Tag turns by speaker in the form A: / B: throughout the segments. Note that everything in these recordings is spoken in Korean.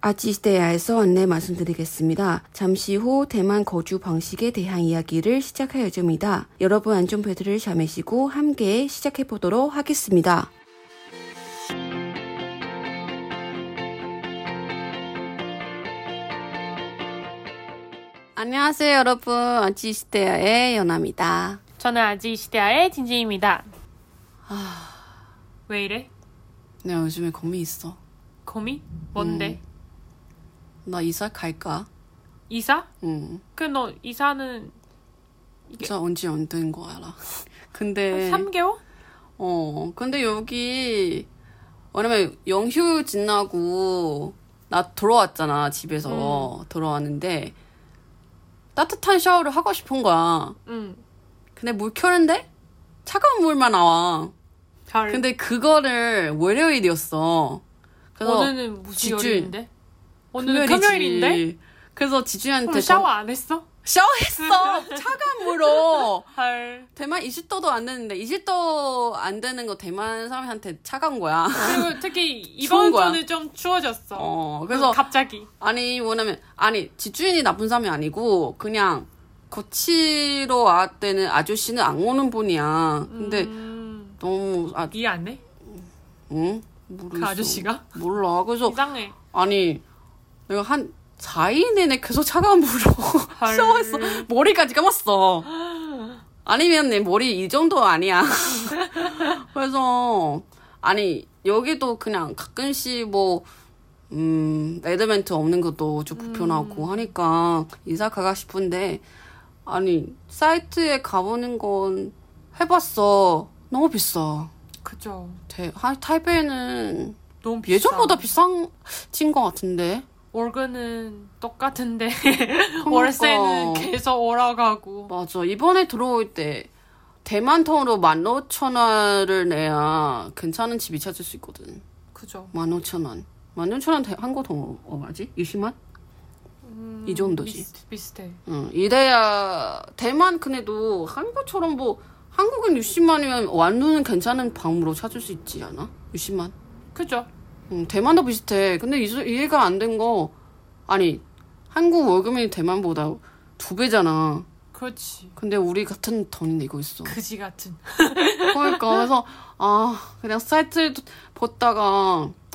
A: 아치시대야에서 안내 말씀드리겠습니다. 잠시 후 대만 거주 방식에 대한 이야기를 시작할 예정입니다. 여러분 안전벨트를 잠으시고 함께 시작해 보도록 하겠습니다. 안녕하세요, 여러분. 아치시대야의 연아입니다.
B: 저는 아직 이 시대아의 진진입니다. 아, 왜 이래?
A: 내가 요즘에 고민 있어.
B: 거미? 뭔데?
A: 음. 나 이사 갈까?
B: 이사?
A: 응.
B: 그 너 이사는
A: 저 언제 안 된 거 알아. 근데
B: 한 3개월?
A: 어, 근데 여기, 왜냐면 영휴 지나고, 나 들어왔잖아, 집에서.
B: 음.
A: 들어왔는데, 따뜻한 샤워를 하고 싶은 거야.
B: 응.
A: 근데 물 켜는데? 차가운 물만 나와.
B: 별.
A: 근데 그거를 월요일이었어. 그래서
B: 오늘은 무슨
A: 지주.
B: 요일인데? 오늘은
A: 금요일이지.
B: 금요일인데?
A: 그래서 지주한테
B: 오늘 샤워 안 했어?
A: 샤워했어! 차가운 물로!
B: 헐.
A: 대만 20도도 안 되는데, 20도 안 되는 거 대만 사람한테 차가운 거야.
B: 그리고 특히
A: 추운
B: 이번
A: 거야.
B: 주는 좀 추워졌어.
A: 어, 그래서
B: 갑자기.
A: 아니 뭐냐면 아니 집주인이 나쁜 사람이 아니고 그냥 거치러 왔다는 아저씨는 안 오는 분이야. 근데
B: 음,
A: 너무 아
B: 이해 안 해?
A: 응? 모르겠어.
B: 그 아저씨가?
A: 몰라. 그래서
B: 이상해.
A: 아니 내가 한 4일 내내 계속 차가운 물로
B: 헐.
A: 샤워했어. 머리까지 감았어. 아니면 내 머리 이 정도 아니야. 그래서 아니 여기도 그냥 가끔씩 뭐 음, 에드멘트 없는 것도 좀
B: 음.
A: 불편하고 하니까 이사 가가 싶은데 아니 사이트에 가보는 건 해봤어. 너무 비싸.
B: 그죠.
A: 대, 하, 타이베이는
B: 너무 비싸.
A: 예전보다 비싼 친것 같은데.
B: 월급은 똑같은데
A: 그러니까.
B: 그러니까. 월세는 계속 올라가고
A: 맞아. 이번에 들어올 때 대만 통으로 15,000원을 내야 괜찮은 집이 찾을 수 있거든.
B: 그죠.
A: 15,000원. 15,000원 대- 한국 돈으로 얼마지? 20만? 이 정도지.
B: 음, 비슷, 비슷해.
A: 응. 이래야 대만 그래도 한국처럼 뭐 한국은 60만이면 완루는 괜찮은 방으로 찾을 수 있지 않아? 60만?
B: 그죠.
A: 응, 대만도 비슷해. 근데 이, 이해가 안 된 거 아니 한국 월급이 대만보다 두 배잖아.
B: 그렇지.
A: 근데 우리 같은 돈이 내고 있어.
B: 그지 같은.
A: 그러니까 그래서 아 그냥 사이트 보다가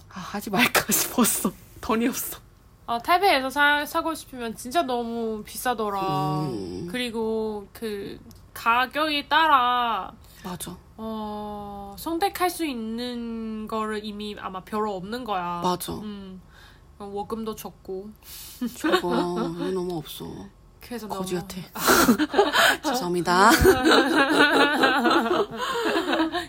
A: 아, 하지 말까 싶었어. 돈이 없어.
B: 아, 타이베이에서 사, 사고 싶으면 진짜 너무 비싸더라.
A: 음.
B: 그리고 그 가격에 따라
A: 맞아.
B: 어, 선택할 수 있는 거를 이미 아마 별로 없는 거야.
A: 맞아.
B: 음. 월급도 적고.
A: 저거 이거 너무 없어.
B: 그래서
A: 거지
B: 너무
A: 같아. 죄송합니다.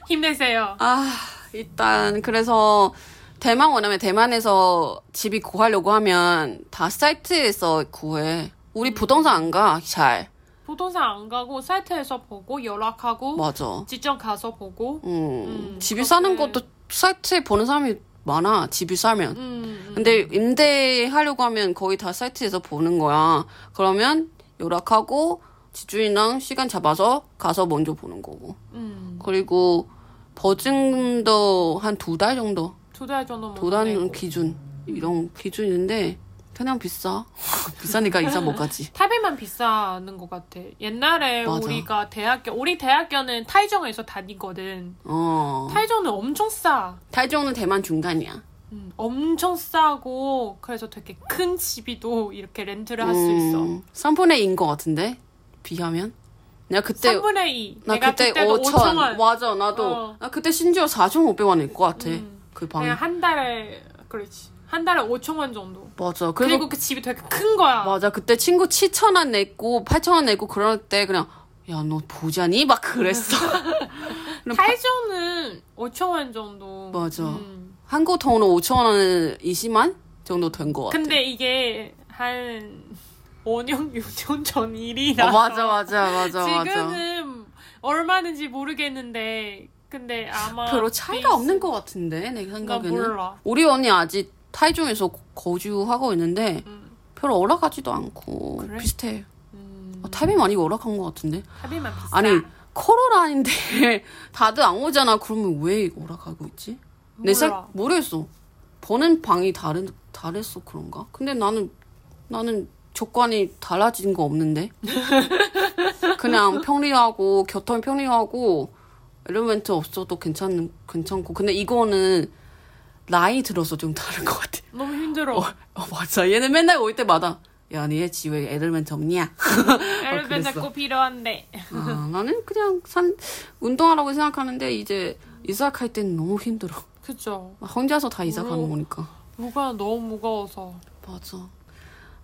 B: 힘내세요.
A: 아 일단 그래서 대만 원하면 대만에서 집이 구하려고 하면 다 사이트에서 구해.
B: 음.
A: 우리 부동산 안 가. 잘.
B: 부동산 안 가고 사이트에서 보고 연락하고
A: 맞아.
B: 직접 가서 보고.
A: 음,
B: 어? 음,
A: 집이 사는
B: 그렇게.
A: 것도 사이트에 보는 사람이 많아. 집이 사면.
B: 음.
A: 근데 임대하려고 하면 거의 다 사이트에서 보는 거야. 그러면 연락하고 지주인랑 시간 잡아서 가서 먼저 보는 거고.
B: 음.
A: 그리고 버증도 한 두 달 정도.
B: 두달 정도
A: 두 달 기준. 이런 기준인데 그냥 비싸. 비싸니까 이사 못 가지.
B: 타베만 비싸는 것 같아. 옛날에
A: 맞아.
B: 우리가 대학교, 우리 대학교는 타이정에서 다니거든.
A: 어.
B: 타이정은 엄청 싸.
A: 타이종은 대만 중간이야.
B: 음, 엄청 싸고, 그래서 되게 큰 집이도 이렇게 렌트를 할 수
A: 음.
B: 있어.
A: 3분의 2인 것 같은데? 비하면? 내가 그때
B: 3분의 2.
A: 나
B: 내가
A: 그때
B: 그때도
A: 5천
B: 5천 원.
A: 맞아 나도
B: 어.
A: 나 그때 심지어 4,500원일 것 같아
B: 음.
A: 그 방이
B: 그냥 한 달에, 그렇지. 한 달에 5천 원 정도.
A: 맞아
B: 그리고,
A: 그래서
B: 그 집이 되게 큰 거야.
A: 맞아 그때 친구 7,000원 냈고 8,000원 냈고 그럴 때 그냥 야 너 보자니 막 그랬어
B: 타이정은 5천 원 정도.
A: 맞아.
B: 음.
A: 한국 돈으로 5,000원은 20만 정도 된 것 같아
B: 근데 이게 한 5년, 6년 전 일이라.
A: 어, 맞아 맞아 맞아 맞아
B: 지금은 얼마인지 모르겠는데 근데 아마
A: 별로 차이가
B: 베이스-
A: 없는 것 같은데 내
B: 나
A: 생각에는
B: 몰라
A: 우리 언니 아직 타이중에서 거- 거주하고 있는데
B: 음.
A: 별로 올라가지도 않고
B: 그래?
A: 비슷해
B: 음,
A: 어, 타이밍 많이 올라간 것 같은데
B: 합의만 비싸
A: 아니 코로나인데 다들 안 오잖아. 그러면 왜 이거 오락하고 있지? 내
B: 몰라.
A: 생 모르겠어. 보는 방이 다른 잘했어 그런가? 근데 나는 나는 조건이 달라진 거 없는데 그냥 평리하고 겨털 평리하고 엘리멘트 없어도 괜찮 괜찮고 근데 이거는 나이 들어서 좀 다른 것 같아.
B: 너무 힘들어.
A: 어, 맞아 얘는 맨날 올 때마다 야 니네 집에 엘리멘트 없냐?
B: 엘벤
A: 그랬어.
B: 자꾸 필요한데.
A: 아, 나는 그냥 산 운동하라고 생각하는데 이제 이삭 할 때는 너무 힘들어.
B: 그죠.
A: 혼자서 다 이삭하는
B: 음.
A: 거니까.
B: 무가 너무 무거워서.
A: 맞아.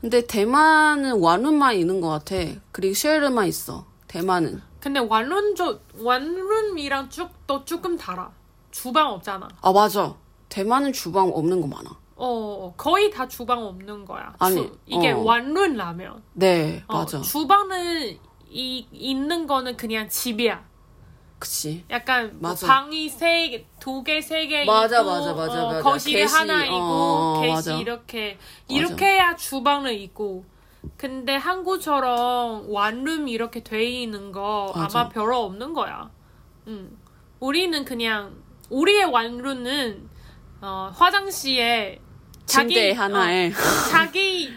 A: 근데 대만은 와눈만 있는 것 같아. 그리고 쉘르만 있어. 대만은.
B: 근데 완룬조 완룬미랑 쭉또 조금 달아. 주방 없잖아.
A: 아 맞아. 대만은 주방 없는 거 많아.
B: 어, 어, 거의 다 주방 없는 거야.
A: 아니,
B: 주- 이게
A: 어.
B: 완룬 라면.
A: 네,
B: 어,
A: 맞아.
B: 주방은 이 있는 거는 그냥 집이야.
A: 그치.
B: 약간 뭐
A: 맞아.
B: 방이 세 개, 두 개, 세 개,
A: 맞아,
B: 있고,
A: 맞아, 맞아,
B: 어,
A: 맞아.
B: 거실이
A: 개시,
B: 하나이고,
A: 어,
B: 개시
A: 맞아.
B: 이렇게
A: 맞아.
B: 이렇게 해야 주방은 있고. 근데 한국처럼 원룸 이렇게 돼 있는 거
A: 맞아.
B: 아마 별로 없는 거야. 음, 우리는 그냥 우리의 원룸은 어, 화장실에 자기- 어,
A: 침대 하나에
B: 자기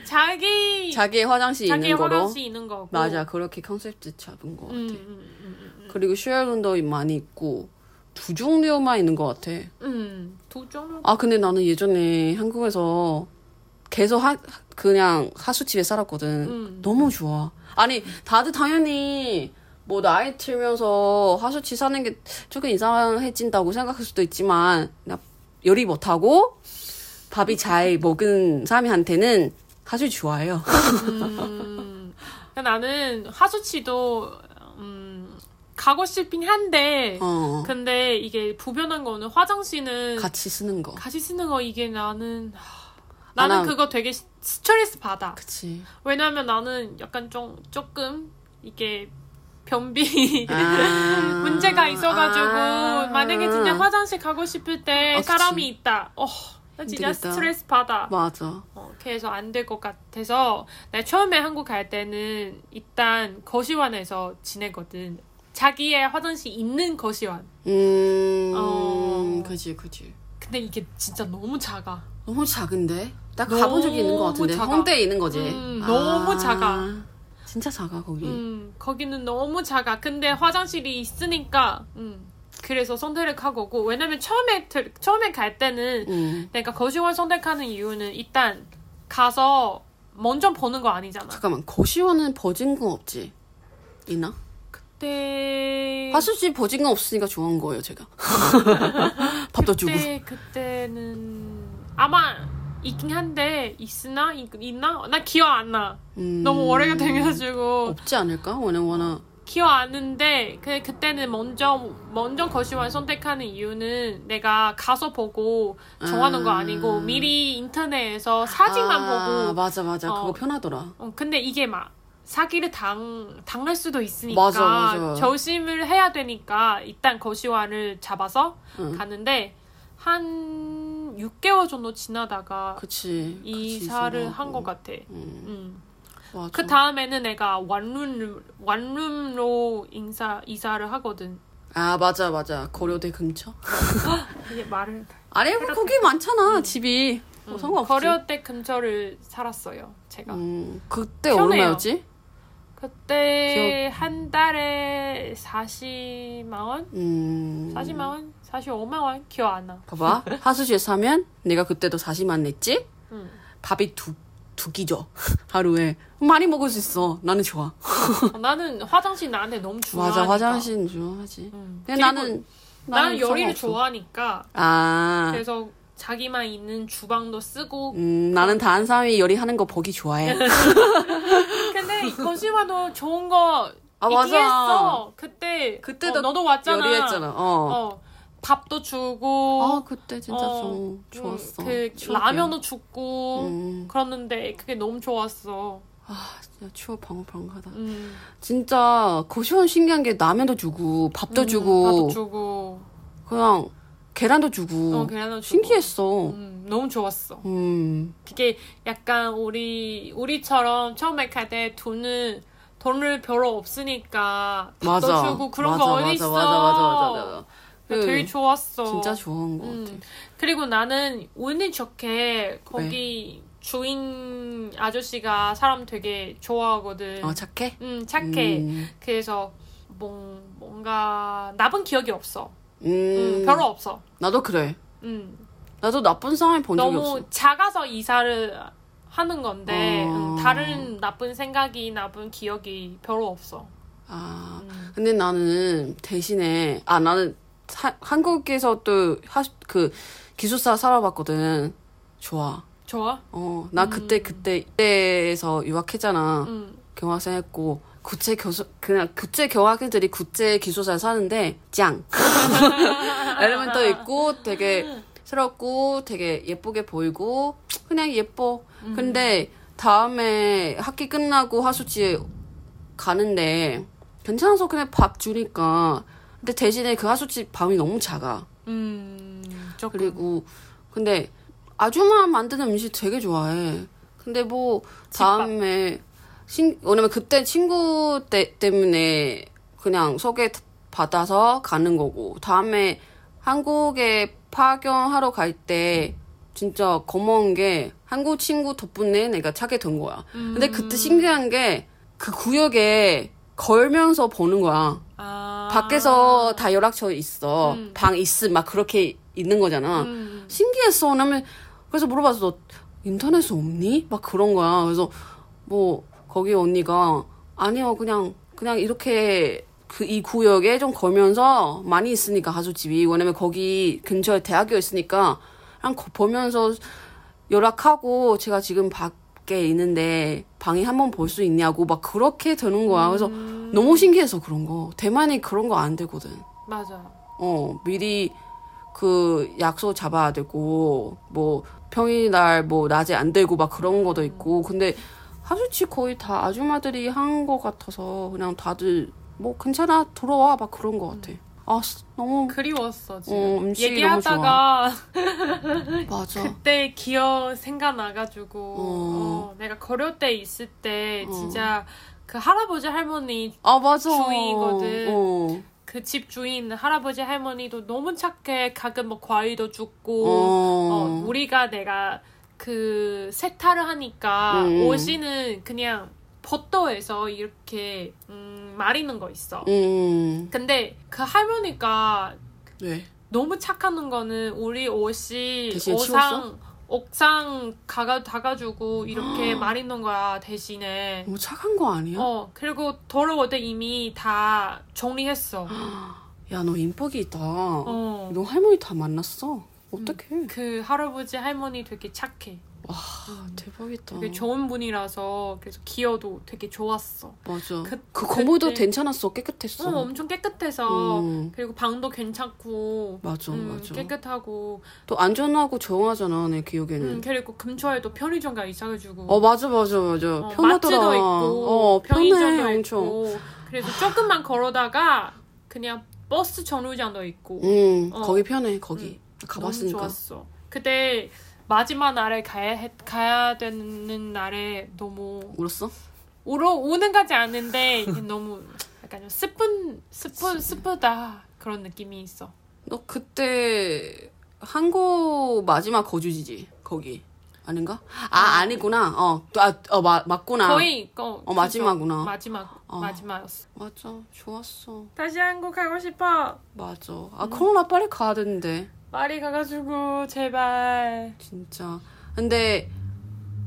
B: 자기
A: 자기의 화장실
B: 자기
A: 있는 거로.
B: 화장실 있는 거고.
A: 맞아. 그렇게 컨셉트 잡은 거 같아.
B: 음, 음,
A: 그리고 쉘른도 많이 있고 두 종류만 있는 것 같아.
B: 음, 음. 두 종류.
A: 아 근데 나는 예전에 한국에서 계속 하, 그냥 하수집에 살았거든.
B: 음.
A: 너무 좋아. 아니 다들 당연히 뭐 나이 들면서 하수집 사는 게 조금 이상해진다고 생각할 수도 있지만 나 요리 못하고 밥이 잘 먹은 사람한테는 하수 좋아요.
B: 음, 그러니까 나는 하수치도 음, 가고 싶긴 한데
A: 어
B: 근데 이게 부변한 거는 화장실은
A: 같이 쓰는 거.
B: 같이 쓰는 거 이게 나는 하,
A: 아,
B: 나는
A: 나-
B: 그거 되게 시- 스트레스 받아
A: 그치.
B: 왜냐면 나는 약간 좀 조금 이게 변비
A: 아.
B: 문제가 있어가지고
A: 아.
B: 만약에 진짜 화장실 가고 싶을 때
A: 아, 그치.
B: 사람이 있다 어, 나 진짜
A: 힘들겠다.
B: 스트레스 받아
A: 맞아.
B: 어, 그래서 안 될 것 같아서 나 처음에 한국 갈 때는 일단 거시원에서 지내거든. 자기의 화장실 있는 거시원.
A: 음.
B: 어.
A: 그지 그지.
B: 근데 이게 진짜 너무 작아.
A: 너무 작은데? 나 가본 적이 있는 것 같은데
B: 너무 작아.
A: 홍대에 있는 거지
B: 음, 너무 작아.
A: 진짜 작아 거기
B: 음, 거기는 너무 작아. 근데 화장실이 있으니까 음, 그래서 선택한 거고 왜냐면 처음에 들- 처음에 갈 때는
A: 음.
B: 내가 거시원 선택하는 이유는 일단 가서 먼저 보는 거 아니잖아.
A: 잠깐만 고시원은 버진금 없지? 있나?
B: 그때
A: 하수집 버진금 없으니까 좋은 거예요 제가 밥도 주고
B: 그때 그때는 아마 있긴 한데 있으나 있, 있나 나 기억 안 나.
A: 음,
B: 너무 오래가 돼가지고
A: 없지 않을까? 워낙 워낙
B: 기억 안 나는데 그 그때는 먼저 먼저 거시원 선택하는 이유는 내가 가서 보고 정하는 거
A: 아.
B: 아니고 미리 인터넷에서 사진만
A: 아,
B: 보고.
A: 맞아 맞아
B: 어.
A: 그거 편하더라
B: 어, 근데 이게 막 사기를 당 당할 수도 있으니까
A: 맞아, 맞아.
B: 조심을 해야 되니까 일단 거시원을 잡아서
A: 응.
B: 가는데 한 6개월 정도 지나다가
A: 그치 같이
B: 이사를
A: 있으라고.
B: 한 것 같아.
A: 음,
B: 음.
A: 맞아.
B: 그 다음에는 내가 원룸 원룸로 인사 이사를 하거든.
A: 아 맞아 맞아 고려대 근처
B: 이게 말을
A: 아니 뭐 거기 많잖아 집이 뭐
B: 음,
A: 상관없지
B: 거려대 근처를 살았어요. 제가
A: 음, 그때
B: 편해요.
A: 얼마였지?
B: 그때 한 달에 40만 원,
A: 음.
B: 40만 원, 45만 원 기억 안 나.
A: 봐봐. 하수지에 사면 내가 그때도 40만 냈지?
B: 음.
A: 밥이 두, 두 끼죠. 하루에. 많이 먹을 수 있어. 나는 좋아.
B: 어, 나는 화장실 나한테 너무 중요하니까.
A: 맞아. 화장실은 중요하지.
B: 음.
A: 근데
B: 그리고
A: 나는,
B: 나는 요리를
A: 상관없어.
B: 좋아하니까
A: 아.
B: 그래서 자기만 있는 주방도 쓰고
A: 음, 나는 다른 사람이 요리하는 거 보기 좋아해.
B: 근데 거시마도 좋은 거
A: 아,
B: 있긴
A: 맞아.
B: 했어 그때
A: 그때도
B: 어, 너도 왔잖아
A: 요리했잖아. 어.
B: 어 밥도 주고
A: 아, 그때 진짜
B: 어,
A: 좀
B: 음,
A: 좋았어.
B: 그
A: 추억이야.
B: 라면도 주고
A: 음.
B: 그랬는데 그게 너무 좋았어
A: 아, 진짜 추억 방울방울하다.
B: 음,
A: 진짜 그 고시원 신기한 게 라면도 주고 밥도
B: 음,
A: 주고
B: 밥도 주고
A: 그냥 계란도 주고
B: 어, 계란도 주고
A: 음. 신기했어.
B: 음, 너무 좋았어
A: 음,
B: 그게 약간 우리 우리처럼 처음에 갈 때 돈을 돈을 별로 없으니까 밥도
A: 맞아.
B: 주고 그런
A: 맞아,
B: 거 어디
A: 맞아,
B: 있어
A: 맞아, 맞아, 맞아, 맞아.
B: 나 되게 좋았어.
A: 진짜 좋은 거 같아.
B: 음. 그리고 나는 운이 좋게 거기
A: 네.
B: 주인 아저씨가 사람 되게 좋아하거든.
A: 어 착해?
B: 음, 착해.
A: 음,
B: 그래서 뭔, 뭔가 나쁜 기억이 없어. 음,
A: 음,
B: 별로 없어.
A: 나도 그래.
B: 음,
A: 나도 나쁜 상황이 본 적이
B: 너무
A: 없어.
B: 작아서 이사를 하는 건데
A: 어.
B: 음, 다른 나쁜 생각이 나쁜 기억이 별로 없어.
A: 아
B: 음.
A: 근데 나는 대신에 아 나는 사- 한국에서 또 그 기숙사 살아봤거든. 좋아.
B: 좋아?
A: 어, 나 그때 그때 그때에서 유학했잖아.
B: 음,
A: 경학생 했고 국제 교수 그냥 국제 경학생들이 국제 기숙사에 사는데 짱. 엘리멘터 있고 되게 새롭고 되게 예쁘게 보이고 그냥 예뻐. 근데 다음에 학기 끝나고 하수지 가는데 괜찮아서 그냥 밥 주니까 근데 대신에 그 하수지 방이 너무 작아.
B: 음, 조금.
A: 그리고 근데 아줌마 만드는 음식 되게 좋아해. 근데 뭐 다음에 신 왜냐면 그때 친구 때, 때문에 그냥 소개 받아서 가는 거고 다음에 한국에 파견하러 갈 때 진짜 겁먹은 게 한국 친구 덕분에 내가 찾게 된 거야. 근데
B: 음.
A: 그때 신기한 게 그 구역에 걸면서 보는 거야.
B: 아.
A: 밖에서 다 연락처 있어.
B: 음.
A: 방 있음, 막 그렇게 있는 거잖아.
B: 음,
A: 신기했어. 왜냐면, 그래서 물어봤어. 너 인터넷에 없니? 막 그런 거야. 그래서, 뭐, 거기 언니가, 아니요, 그냥, 그냥 이렇게, 그, 이 구역에 좀 걸면서 많이 있으니까, 가수집이. 왜냐면 거기 근처에 대학교 있으니까, 그냥 거- 보면서 연락하고, 제가 지금 밖에 있는데, 방에 한번 볼 수 있냐고, 막 그렇게 되는 거야. 아, 그래서,
B: 음,
A: 너무 신기해서 그런 거. 대만이 그런 거 안 되거든.
B: 맞아.
A: 어, 미리 그 약속 잡아야 되고, 뭐, 평일날 뭐, 낮에 안 되고 막 그런 것도 있고. 근데 하수치 거의 다 아줌마들이 한 것 같아서 그냥 다들 뭐, 괜찮아, 들어와. 막 그런 것 같아. 아, 씨, 너무,
B: 그리웠어 지금.
A: 어, 음식이
B: 얘기하다가
A: 맞아.
B: 그 그때 기억 생각나가지고
A: 어.
B: 어, 내가 걸을 때 있을 때 진짜 그 할아버지 할머니
A: 아, 맞아.
B: 주의거든.
A: 어.
B: 그 집 주인 할아버지 할머니도 너무 착해 가끔 뭐 과일도 줍고 어,
A: 어.
B: 우리가 내가 그 세탁을 하니까
A: 음.
B: 옷이는 그냥 버터에서 이렇게 음, 마리는 거 있어
A: 음.
B: 근데 그 할머니가 네.
A: 왜?
B: 너무 착하는 거는 우리 옷이
A: 대신에 치웠어?
B: 옥상 옥상 가가 가가지고 이렇게 많이 넣은 거야 대신에.
A: 너무 뭐 착한 거 아니야?
B: 어 그리고 더러울 때 이미 다 정리했어.
A: 야, 너 인복이 있다.
B: 어. 음.
A: 너 할머니 다 만났어. 어떡해.
B: 그 할아버지 할머니 되게 착해. 음.
A: 와,
B: 그
A: 대박이다.
B: 되게 좋은 분이라서 그래서 기어도 되게 좋았어.
A: 맞아. 그,
B: 그-
A: 건물도
B: 그때-
A: 괜찮았어.
B: 어,
A: 깨끗했어.
B: 엄청 깨끗해서
A: 음. 어,
B: 그리고 방도 괜찮고
A: 맞아,
B: 음,
A: 맞아.
B: 깨끗하고
A: 또 안전하고 조용하잖아, 내 기억에는.
B: 음, 그리고 근처에도 편의점가 있어가지고
A: 네. 어, 맞아, 맞아, 맞아.
B: 어,
A: 편하더라.
B: 마트도 있고
A: 어,
B: 편의점도
A: 편해, 엄청.
B: 있고 그래서 조금만 걸어다가 그냥 버스 정류장도 있고
A: 음,
B: 어.
A: 거기 편해, 거기. 가봤으니까.
B: 너무 좋았어. 그때 마지막 날에 가야 했- 가야 되는 날에 너무
A: 울었어?
B: 울어 우는 가지 않은데 너무 약간 좀 스푼 스푼 스프다 그런 느낌이 있어.
A: 너 그때 한국 마지막 거주지지, 거기. 아닌가? 아, 아니구나. 어, 또, 아, 어, 마, 맞구나.
B: 음. 거의 어, 그래서
A: 마지막이구나.
B: 마지막
A: 어.
B: 마지막이었어.
A: 맞아, 좋았어.
B: 다시 한국 가고 싶어.
A: 맞아.
B: 음.
A: 아, 코로나 빨리 가야 되는데.
B: 빨리 가가지고 제발.
A: 진짜. 근데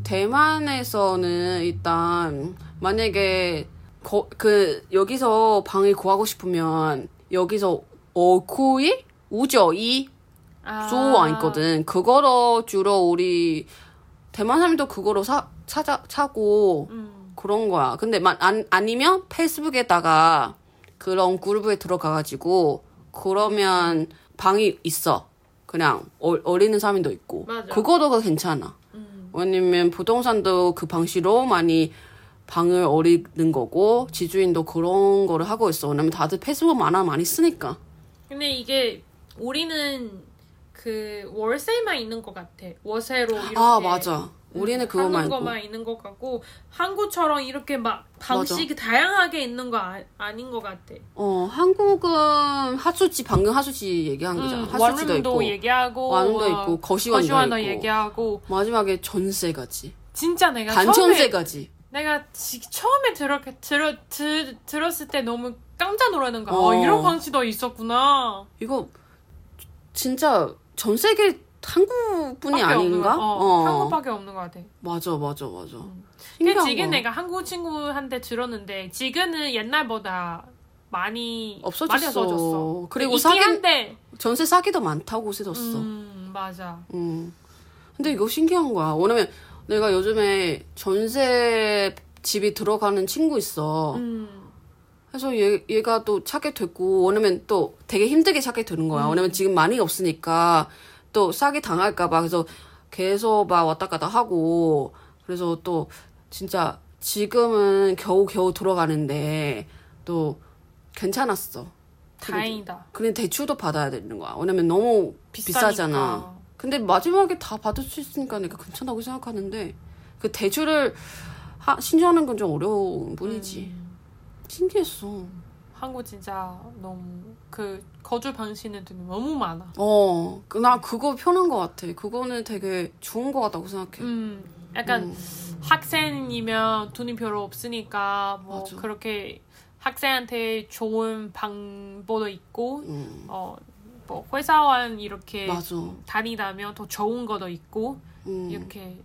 A: 대만에서는 일단 만약에 거- 그 여기서 방을 구하고 싶으면 여기서 어쿠이 우저이
B: 아.
A: 소와 있거든. 그거로 주로 우리 대만 사람도 그거로 사 찾아 차고
B: 음.
A: 그런 거야. 근데 만 안, 아니면 페이스북에다가 그런 그룹에 들어가가지고 그러면 방이 있어. 그냥 어, 어리는 사람도 있고
B: 맞아. 음.
A: 그거도 괜찮아. 왜냐면 부동산도 그 방식으로 많이 방을 어리는 거고 지주인도 그런 거를 하고 있어. 왜냐면 다들 페이스북 만화 많이 쓰니까.
B: 근데 이게 우리는 그 월세만 있는 것 같아. 월세로 이렇게. 음,
A: 아 맞아. 우리는 그거
B: 하는
A: 말고
B: 것만 있는 것 같고 한국처럼 이렇게 막 방식이 다양하게 있는 거 아, 아닌 것 같아.
A: 어 한국은 하수지 방금 하수지 얘기한 거잖아.
B: 음,
A: 하수지도 있고
B: 원룸도 얘기하고
A: 완도
B: 어,
A: 있고 거시원도,
B: 거시원도
A: 있고
B: 얘기하고
A: 마지막에 전세까지
B: 진짜 내가 처음에
A: 단천세까지
B: 내가 지, 처음에 들었, 들었, 들, 들었을 때 너무 깜짝 놀라는 거야.
A: 어.
B: 어, 이런 방식도 있었구나.
A: 이거 진짜 전 세계 한국뿐이
B: 밖에 없는
A: 아닌가?
B: 거- 어, 한국밖에 없는 것 같아.
A: 맞아 맞아 맞아.
B: 근데
A: 신기한
B: 지금
A: 거.
B: 내가 한국 친구한테 들었는데 지금은 옛날보다 많이
A: 없어졌어.
B: 많이 없어졌어.
A: 그리고
B: 있긴
A: 사귄-
B: 한데,
A: 전세 사기도 많다고 쓰졌어. 음.
B: 음, 맞아.
A: 근데 이거 신기한 거야. 왜냐면 내가 요즘에 전세 집이 들어가는 친구 있어.
B: 음,
A: 그래서 얘, 얘가 또 찾게 됐고, 왜냐면 또 되게 힘들게 찾게 되는 거야. 왜냐면 지금 많이 없으니까 또 싸게 당할까봐. 그래서 계속 막 왔다 갔다 하고, 그래서 또 진짜 지금은 겨우겨우 들어가는데 또 괜찮았어.
B: 다행이다.
A: 근데 대출도 받아야 되는 거야. 왜냐면 너무 비싸잖아.
B: 비싸니까.
A: 근데 마지막에 다 받을 수 있으니까 내가 괜찮다고 생각하는데 그 대출을 하- 신청하는 건 좀 어려운 뿐이지.
B: 음,
A: 신기했어.
B: 한국 진짜 너무 그 거주 방식은 되게 너무 많아.
A: 어, 그- 나 그거 편한 것 같아. 그거는 되게 좋은 것 같다고 생각해.
B: 음, 약간 학생이면 돈이 별로 없으니까 뭐
A: 맞아.
B: 그렇게 학생한테 좋은 방법도 있고
A: 음,
B: 어 뭐 회사원 이렇게
A: 맞아.
B: 다니다면 더 좋은 것도 있고
A: 음,
B: 이렇게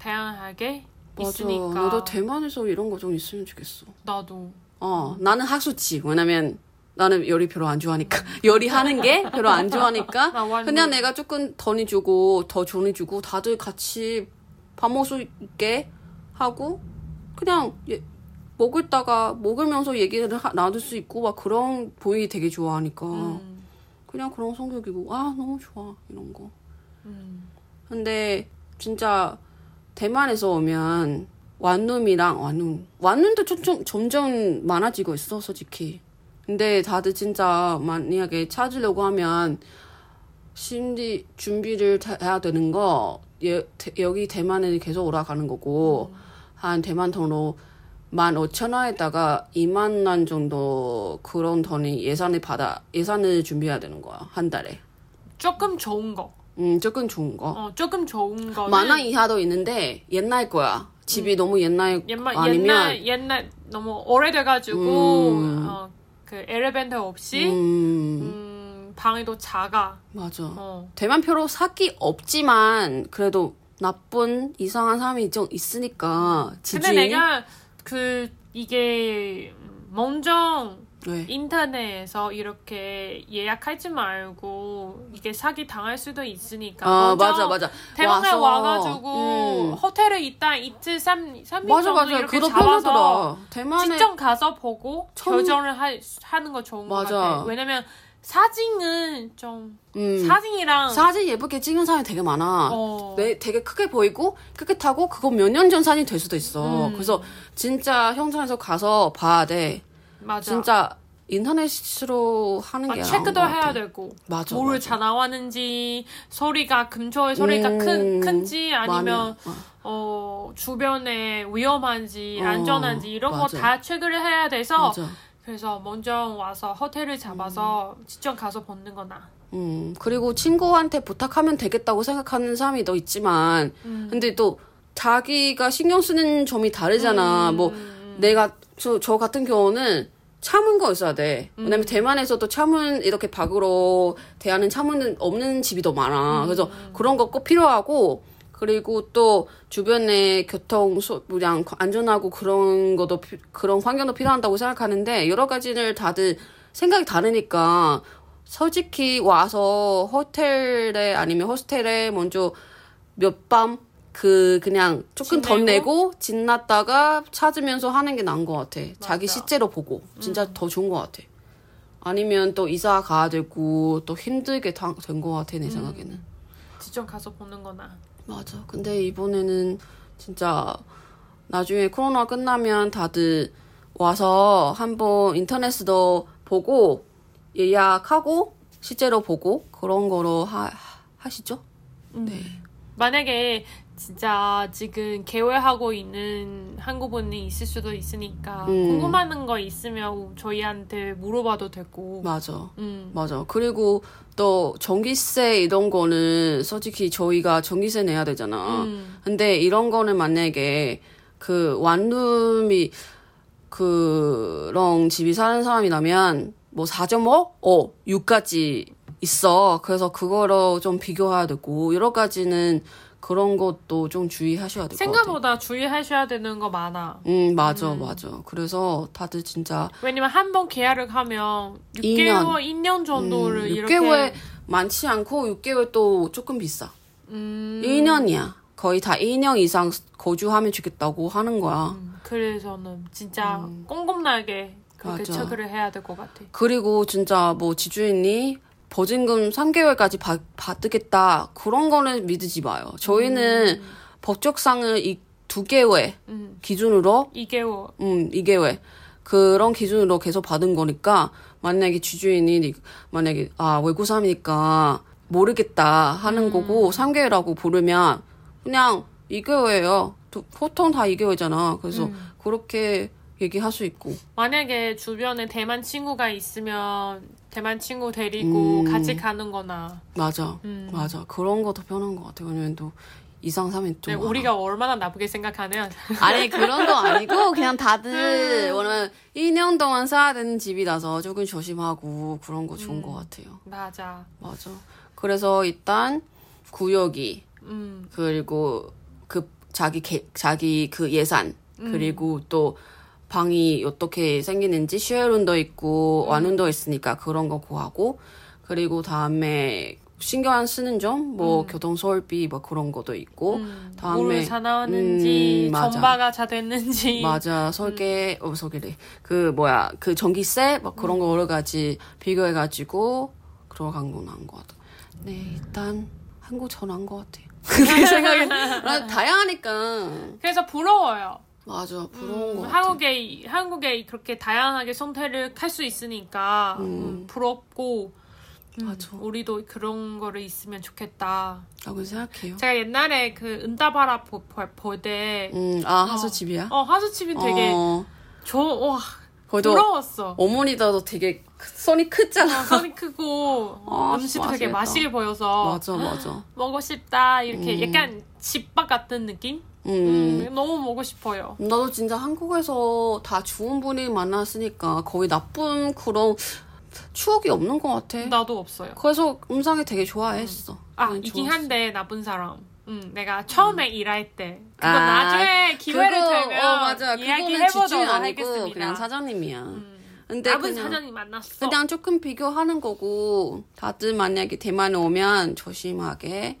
B: 다양하게
A: 맞아.
B: 있으니까
A: 나도 대만에서 이런 거 좀 있으면 좋겠어.
B: 나도
A: 어, 나는 학수치. 왜냐면 나는 요리 별로 안 좋아하니까. 요리하는 게 별로 안 좋아하니까.
B: 나 완전
A: 그냥 내가 조금 돈이 주고 더 돈이 주고 다들 같이 밥 먹을 수 있게 하고 그냥 예- 먹을다가 먹으면서 얘기를 하- 나눌 수 있고 막 그런 보이 되게 좋아하니까 어.
B: 음,
A: 그냥 그런 성격이고 아 너무 좋아 이런 거
B: 음,
A: 근데 진짜 대만에서 오면 완룸이랑 완룸 완룸도 점점 점점 많아지고 있어 솔직히 근데 다들 진짜 만약에 찾으려고 하면 심리 준비를 다 해야 되는 거 예, 대- 여기 대만에 계속 올라가는 거고 한 대만 돈으로 15,000원에다가 2만 원 정도 그런 돈이 예산을 받아 예산을 준비해야 되는 거야 한 달에
B: 조금 좋은 거
A: 음 조금 좋은 거
B: 어, 조금 좋은 거는 음.
A: 만화 이하도 있는데 옛날 거야. 집이 너무 옛날
B: 옛날
A: 아니면
B: 옛날 옛날 너무 오래돼가지고 어, 그 엘리베이터 없이
A: 음
B: 음, 방에도 작아.
A: 맞아.
B: 어.
A: 대만표로 사기 없지만 그래도 나쁜 이상한 사람이 좀 있으니까 지지.
B: 근데 내가 그 이게 먼저
A: 왜?
B: 인터넷에서 이렇게 예약하지 말고 이게 사기 당할 수도 있으니까
A: 아
B: 그러니까 먼저
A: 맞아 맞아.
B: 대만에
A: 와서,
B: 와가지고
A: 음.
B: 호텔에 있다 이틀 삼 삼일
A: 맞아
B: 정도
A: 맞아.
B: 이렇게
A: 그거
B: 잡아서
A: 편하더라. 대만에
B: 직접 가서 보고
A: 처음-
B: 결정을 하, 하는 거 좋은
A: 맞아.
B: 것 같아. 왜냐면 사진은 좀
A: 음.
B: 사진이랑
A: 사진 예쁘게 찍은 사람이 되게 많아. 네.
B: 어,
A: 내 되게 크게 보이고 깨끗하고 그거 몇 년 전 사진이 될 수도 있어.
B: 음.
A: 그래서 진짜 형상에서 가서 봐야 돼.
B: 맞아.
A: 진짜 인터넷으로 하는
B: 아,
A: 게
B: 체크도
A: 나은 것
B: 해야
A: 같아.
B: 되고
A: 맞아.
B: 뭘
A: 맞아.
B: 잘 나왔는지 소리가 근처에 소리가
A: 음,
B: 큰 큰지 아니면
A: 많이, 어,
B: 어 주변에 위험한지
A: 어,
B: 안전한지 이런
A: 맞아. 음.
B: 거 다 체크를 해야 돼서
A: 맞아.
B: 그래서 먼저 와서 호텔을 잡아서 직접 가서 보는 거나
A: 음 그리고 친구한테 부탁하면 되겠다고 생각하는 사람이 더 있지만
B: 음.
A: 근데 또 자기가 신경 쓰는 점이 다르잖아.
B: 음.
A: 뭐 내가 저, 저 같은 경우는 참은 거 있어야 돼. 왜냐면
B: 음.
A: 대만에서도 참은 이렇게 밖으로 대하는 참은 없는 집이 더
B: 음.
A: 많아. 그래서 그런 거 꼭 필요하고 그리고 또 주변에 교통 소량 뭐, 안전하고 그런 것도 피- 그런 환경도 필요한다고 생각하는데 여러 가지를 다들 생각이 다르니까 솔직히 와서 호텔에 아니면 호스텔에 먼저 몇 밤 그 그냥 조금 더
B: 지내고?
A: 내고 진났다가 찾으면서 하는 게 나은 것 같아. 자기
B: 맞아. 음.
A: 실제로 보고 진짜 더 좋은 것 같아. 아니면 또 이사 가야 되고 또 힘들게 된 것 같아
B: 음.
A: 내 생각에는.
B: 직접 가서 보는 거나
A: 맞아. 근데 이번에는 진짜 나중에 코로나 끝나면 다들 와서 한번 인터넷도 보고 예약하고 실제로 보고 그런 거로 하, 하시죠? 네.
B: 만약에 진짜 지금 계획하고 있는 한국분이 있을 수도 있으니까
A: 음.
B: 궁금한 거 있으면 저희한테 물어봐도 되고.
A: 맞아.
B: 음.
A: 맞아. 그리고 또 전기세 이런 거는 솔직히 저희가 전기세 내야 되잖아.
B: 음.
A: 근데 이런 거는 만약에 그 원룸이 그런 집이 사는 사람이라면 뭐 4.5? 어, 6까지 있어. 그래서 그거로 좀 비교해야 되고 여러 가지는 그런 것도 좀 주의하셔야 될 것 같아.
B: 생각보다 주의하셔야 되는 거 많아.
A: 음, 맞아, 맞아. 그래서 다들 진짜
B: 왜냐면 한 번 계약을 하면
A: 이
B: 6개월, 2년 정도를
A: 음,
B: 이렇게
A: 6개월 많지 않고 6개월 또 조금 비싸.
B: 음.
A: 1년이야. 거의 다 1년 이상 거주하면 좋겠다고 하는 거야.
B: 음, 그래서는 진짜 꼼꼼하게 그렇게
A: 음. 맞아.
B: 체크를 해야 될 것 같아.
A: 그리고 진짜 뭐 지주인이 보증금 3개월까지 받, 받겠다. 그런 거는 믿지 마요. 저희는 법적상은 이 2개월
B: 음,
A: 기준으로,
B: 2개월.
A: 음, 2개월. 그런 기준으로 계속 받은 거니까, 만약에 지주인이, 만약에, 아, 외국 사람이니까 모르겠다 하는
B: 음.
A: 거고, 3개월이라고 부르면, 그냥 2개월이에요. 보통 다 2개월이잖아. 그래서
B: 음.
A: 그렇게 얘기할 수 있고.
B: 만약에 주변에 대만 친구가 있으면 대만 친구
A: 음.
B: 데리고 같이 가는 거나
A: 맞아.
B: 음.
A: 맞아. 그런 거 더 편한 것 같아요. 왜냐면 또 이상 사면 좀.
B: 네, 우리가 얼마나 나쁘게 생각하면
A: 아니, 그런 거 아니고, 그냥 다들
B: 음.
A: 오늘 1년 동안 사야 되는 집이라서 조금 조심하고 그런 거
B: 음.
A: 좋은 것 같아요.
B: 맞아.
A: 맞아. 그래서 일단 구역이,
B: 음,
A: 그리고 그 자기 개, 자기 그 예산, 그리고 또 방이 어떻게 생기는지 쉐어룸도 있고 완룸도 있으니까 그런 거 구하고 그리고 다음에 신경 안 쓰는 점 뭐 교통 설비 뭐 그런 것도 있고
B: 음,
A: 다음에-
B: 물을 사나왔는지
A: 음, 맞아.
B: 전바가 잘 됐는지
A: 맞아 설계
B: 음.
A: 어 설계래 그 뭐야 그 전기세 막 그런 거 여러 가지 비교해 가지고 들어간 건 한 것 같아. 네 일단 한국 전한 것 같아. 그렇게 생각해. 나 다양하니까
B: 그래서 부러워요.
A: 맞아
B: 음,
A: 부러운 것 같아.
B: 한국에 이- 한국에 그렇게 다양하게 선택을 할 수 있으니까 음, 부럽고 음,
A: 맞아.
B: 우리도 그런 거를 있으면 좋겠다.
A: 라고 생각해요.
B: 제가 옛날에 그 응답하라 볼때
A: 음, 아, 하수 집이야?
B: 어, 하수집이 되게
A: 어,
B: 저 와,
A: 거기도
B: 부러웠어.
A: 어머니도 되게 크- 손이 크잖아.
B: 어, 손이 크고
A: 아,
B: 음식도 되게
A: 맛있겠다.
B: 맛있게 보여서
A: 맞아, 맞아.
B: 먹고 싶다 이렇게 약간 집밥 같은 느낌?
A: 음.
B: 음, 너무 먹고 싶어요.
A: 나도 진짜 한국에서 다 좋은 분이 만났으니까 거의 나쁜 그런 추억이 없는 것 같아.
B: 나도 없어요.
A: 그래서 음상이 되게 네? 좋아했어.
B: 아
A: 그냥
B: 이긴
A: 좋았어.
B: 한데 나쁜 사람. 음, 내가 처음에 일할 때 그거
A: 아,
B: 나중에 기회를
A: 그거,
B: 되면
A: 어, 맞아. 그거는
B: 이야기해보도록
A: 지주는 아니고
B: 하겠습니다.
A: 그냥 사장님이야.
B: 음,
A: 근데
B: 나쁜
A: 그냥-
B: 사장님 만났어.
A: 그냥 조금 비교하는 거고 다들 만약에 대만에 오면 조심하게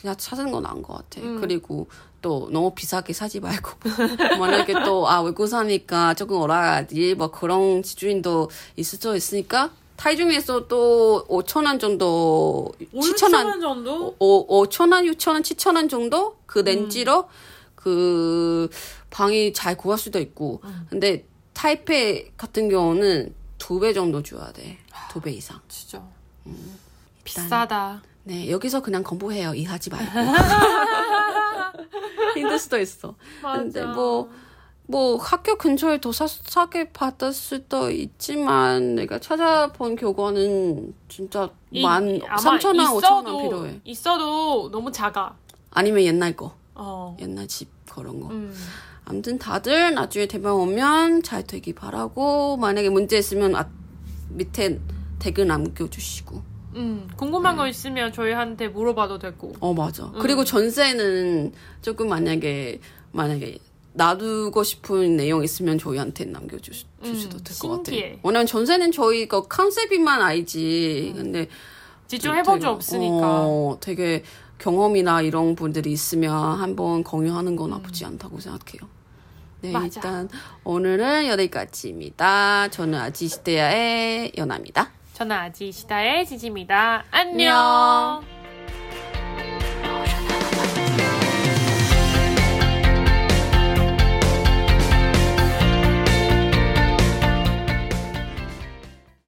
A: 그냥 찾는 건 나은 것 같아. 그리고 또 너무 비싸게 사지 말고 만약에 또 아 외국 사니까 조금 올라가야지 뭐 그런 지주인도 있을 수 있으니까 타이중에서 또 5천 원 정도 7천 원
B: 5,000원 정도?
A: 5천 원, 6천 원, 7천 원 정도 그 렌지로
B: 음.
A: 그 방이 잘 구할 수도 있고.
B: 음.
A: 근데 타이페이 같은 경우는 두 배 정도 줘야 돼. 두 배 이상.
B: 진짜
A: 음,
B: 비싸다.
A: 네, 여기서 그냥 건보해요. 일하지 말고. 힘들 수도 있어.
B: 맞아.
A: 근데 뭐, 뭐 학교 근처에 더 사, 사게 받을 수도 있지만 내가 찾아본 결과는 진짜
B: 이-
A: 만
B: 아마
A: 3천 원, 5천
B: 있어도-
A: 원 필요해.
B: 있어도 너무 작아.
A: 아니면 옛날 거,
B: 어.
A: 옛날 집 그런 거.
B: 음.
A: 아무튼 다들 나중에 대만 오면 잘 되기 바라고 만약에 문제 있으면 앞- 밑에 댓글 남겨주시고
B: 음. 궁금한 거 있으면 저희한테 물어봐도 되고.
A: 어 맞아 그리고 전세는 조금 만약에 만약에 놔두고 싶은 내용 있으면 저희한테 남겨주셔도
B: 음,
A: 될 것 같아요
B: 신기해.
A: 왜냐면 전세는 저희 그 컨셉이만 알지 근데
B: 직접 해본 적
A: 되게-
B: 없으니까.
A: 어, 되게 경험이나 이런 분들이 있으면 한번 공유하는 건 나쁘지 않다고 생각해요. 네,
B: 음. 맞아.
A: 일단 오늘은 여기까지입니다. 저는 아지시대야의 연아입니다.
B: 저는 아지시다의 지지입니다. 안녕.
A: 안녕.